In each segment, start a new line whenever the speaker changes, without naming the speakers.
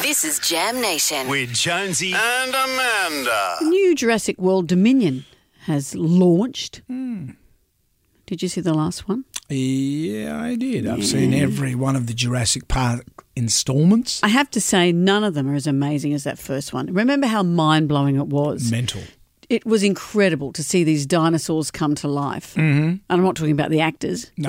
This is Jam Nation.
with Jonesy.
Uh,
and Amanda.
The new Jurassic World Dominion has launched. Did you see the last one?
Yeah, I did. I've seen every one of the Jurassic Park installments.
I have to say, none of them are as amazing as that first one. Remember how mind blowing it was?
Mental.
It was incredible to see these dinosaurs come to life. Mm-hmm. And I'm not talking about the actors.
No.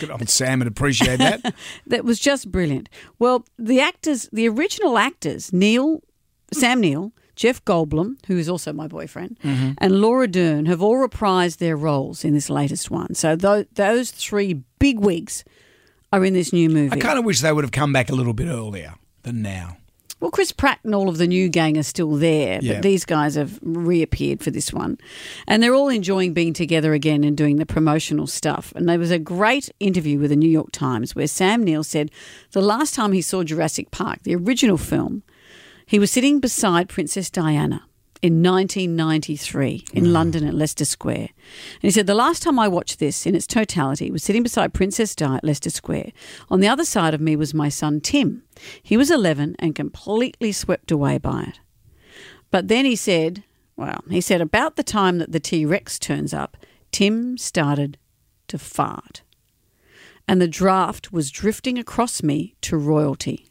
Good old Sam would appreciate that.
That was just brilliant. Well, the actors, the original actors, Neil, Sam Neil, Jeff Goldblum, who is also my boyfriend, and Laura Dern have all reprised their roles in this latest one. So tho- those three big wigs are in this new movie.
I kind of wish they would have come back a little bit earlier than now.
Well, Chris Pratt and all of the new gang are still there,
Yeah.
but these guys have reappeared for this one. And they're all enjoying being together again and doing the promotional stuff. And there was a great interview with the New York Times where Sam Neill said the last time he saw Jurassic Park, the original film, he was sitting beside Princess Diana in 1993 in London at Leicester Square. And he said, The last time I watched this in its totality was sitting beside Princess Di at Leicester Square. On the other side of me was my son Tim. He was 11 and completely swept away by it. But then he said, Well, he said, about the time that the T Rex turns up, Tim started to fart. And the draft was drifting across me to royalty.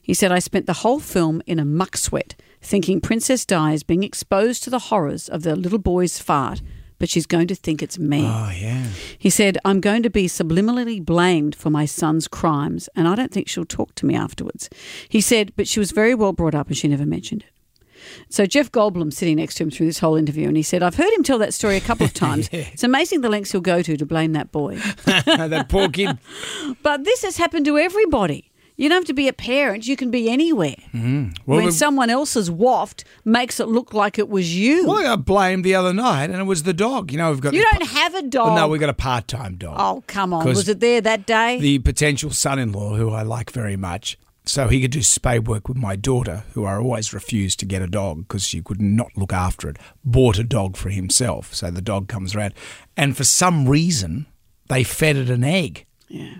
He said, I spent the whole film in a muck sweat, thinking Princess Di is being exposed to the horrors of the little boy's fart, but she's going to think it's me.
Oh, yeah.
He said, I'm going to be subliminally blamed for my son's crimes, and I don't think she'll talk to me afterwards. He said, but she was very well brought up and she never mentioned it. So Jeff Goldblum sitting next to him through this whole interview, and he said, I've heard him tell that story a couple of times. It's amazing the lengths he'll go to to blame that boy.
that poor kid.
But this has happened to everybody. You don't have to be a parent, you can be anywhere.
Well,
when
we-
someone else's waft makes it look like it was you.
well, I got blamed the other night, and it was the dog. You know, we've got.
You
the
don't have a
Well,
dog.
no, we got a part-time dog.
oh, come on.
'Cause
Was it there that day?
the potential son-in-law, who I like very much, so he could do spay work with my daughter, who I always refused to get a dog because she could not look after it. Bought a dog for himself, so the dog comes around, and for some reason they fed it an egg.
yeah.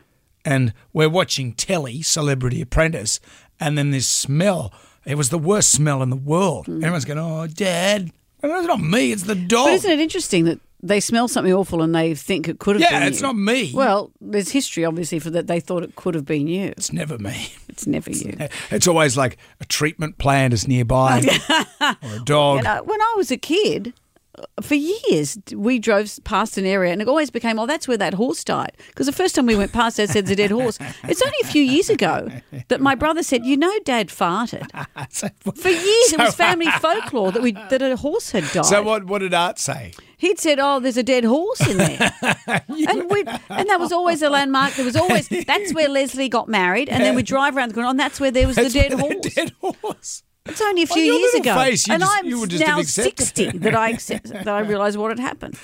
And we're watching telly, Celebrity Apprentice, and then this smell. It was the worst smell in the world. Everyone's going, "Oh, Dad." And it's not me, it's the dog.
Mm. But isn't it interesting that they smell something awful and they think it could have
Yeah,
been
it's
you?
not me.
Well, there's history, obviously, for that they thought it could have been you.
it's never me.
It's never you.
It's always like a treatment plant is nearby or a dog.
And I, when I was a kid, uh, for years, we drove past an area and it always became, oh, that's where that horse died. Because the first time we went past, they said it's a dead horse. It's only a few years ago that my brother said, you know, dad farted.
So,
For years, it was family folklore that we that a horse had died.
so what, what did Art say?
He'd said, "Oh, there's a dead horse in there," and we and that was always a landmark. There was always that's where Leslie got married, and then we drive around the corner, and that's where there was
That's
the dead
where
horse.
the dead horse.
It's only a
On
few
your
years
little
ago,
face, you
and
just-
I'm
you would just
now
have accepted
sixty that I accept, that I realised what had happened.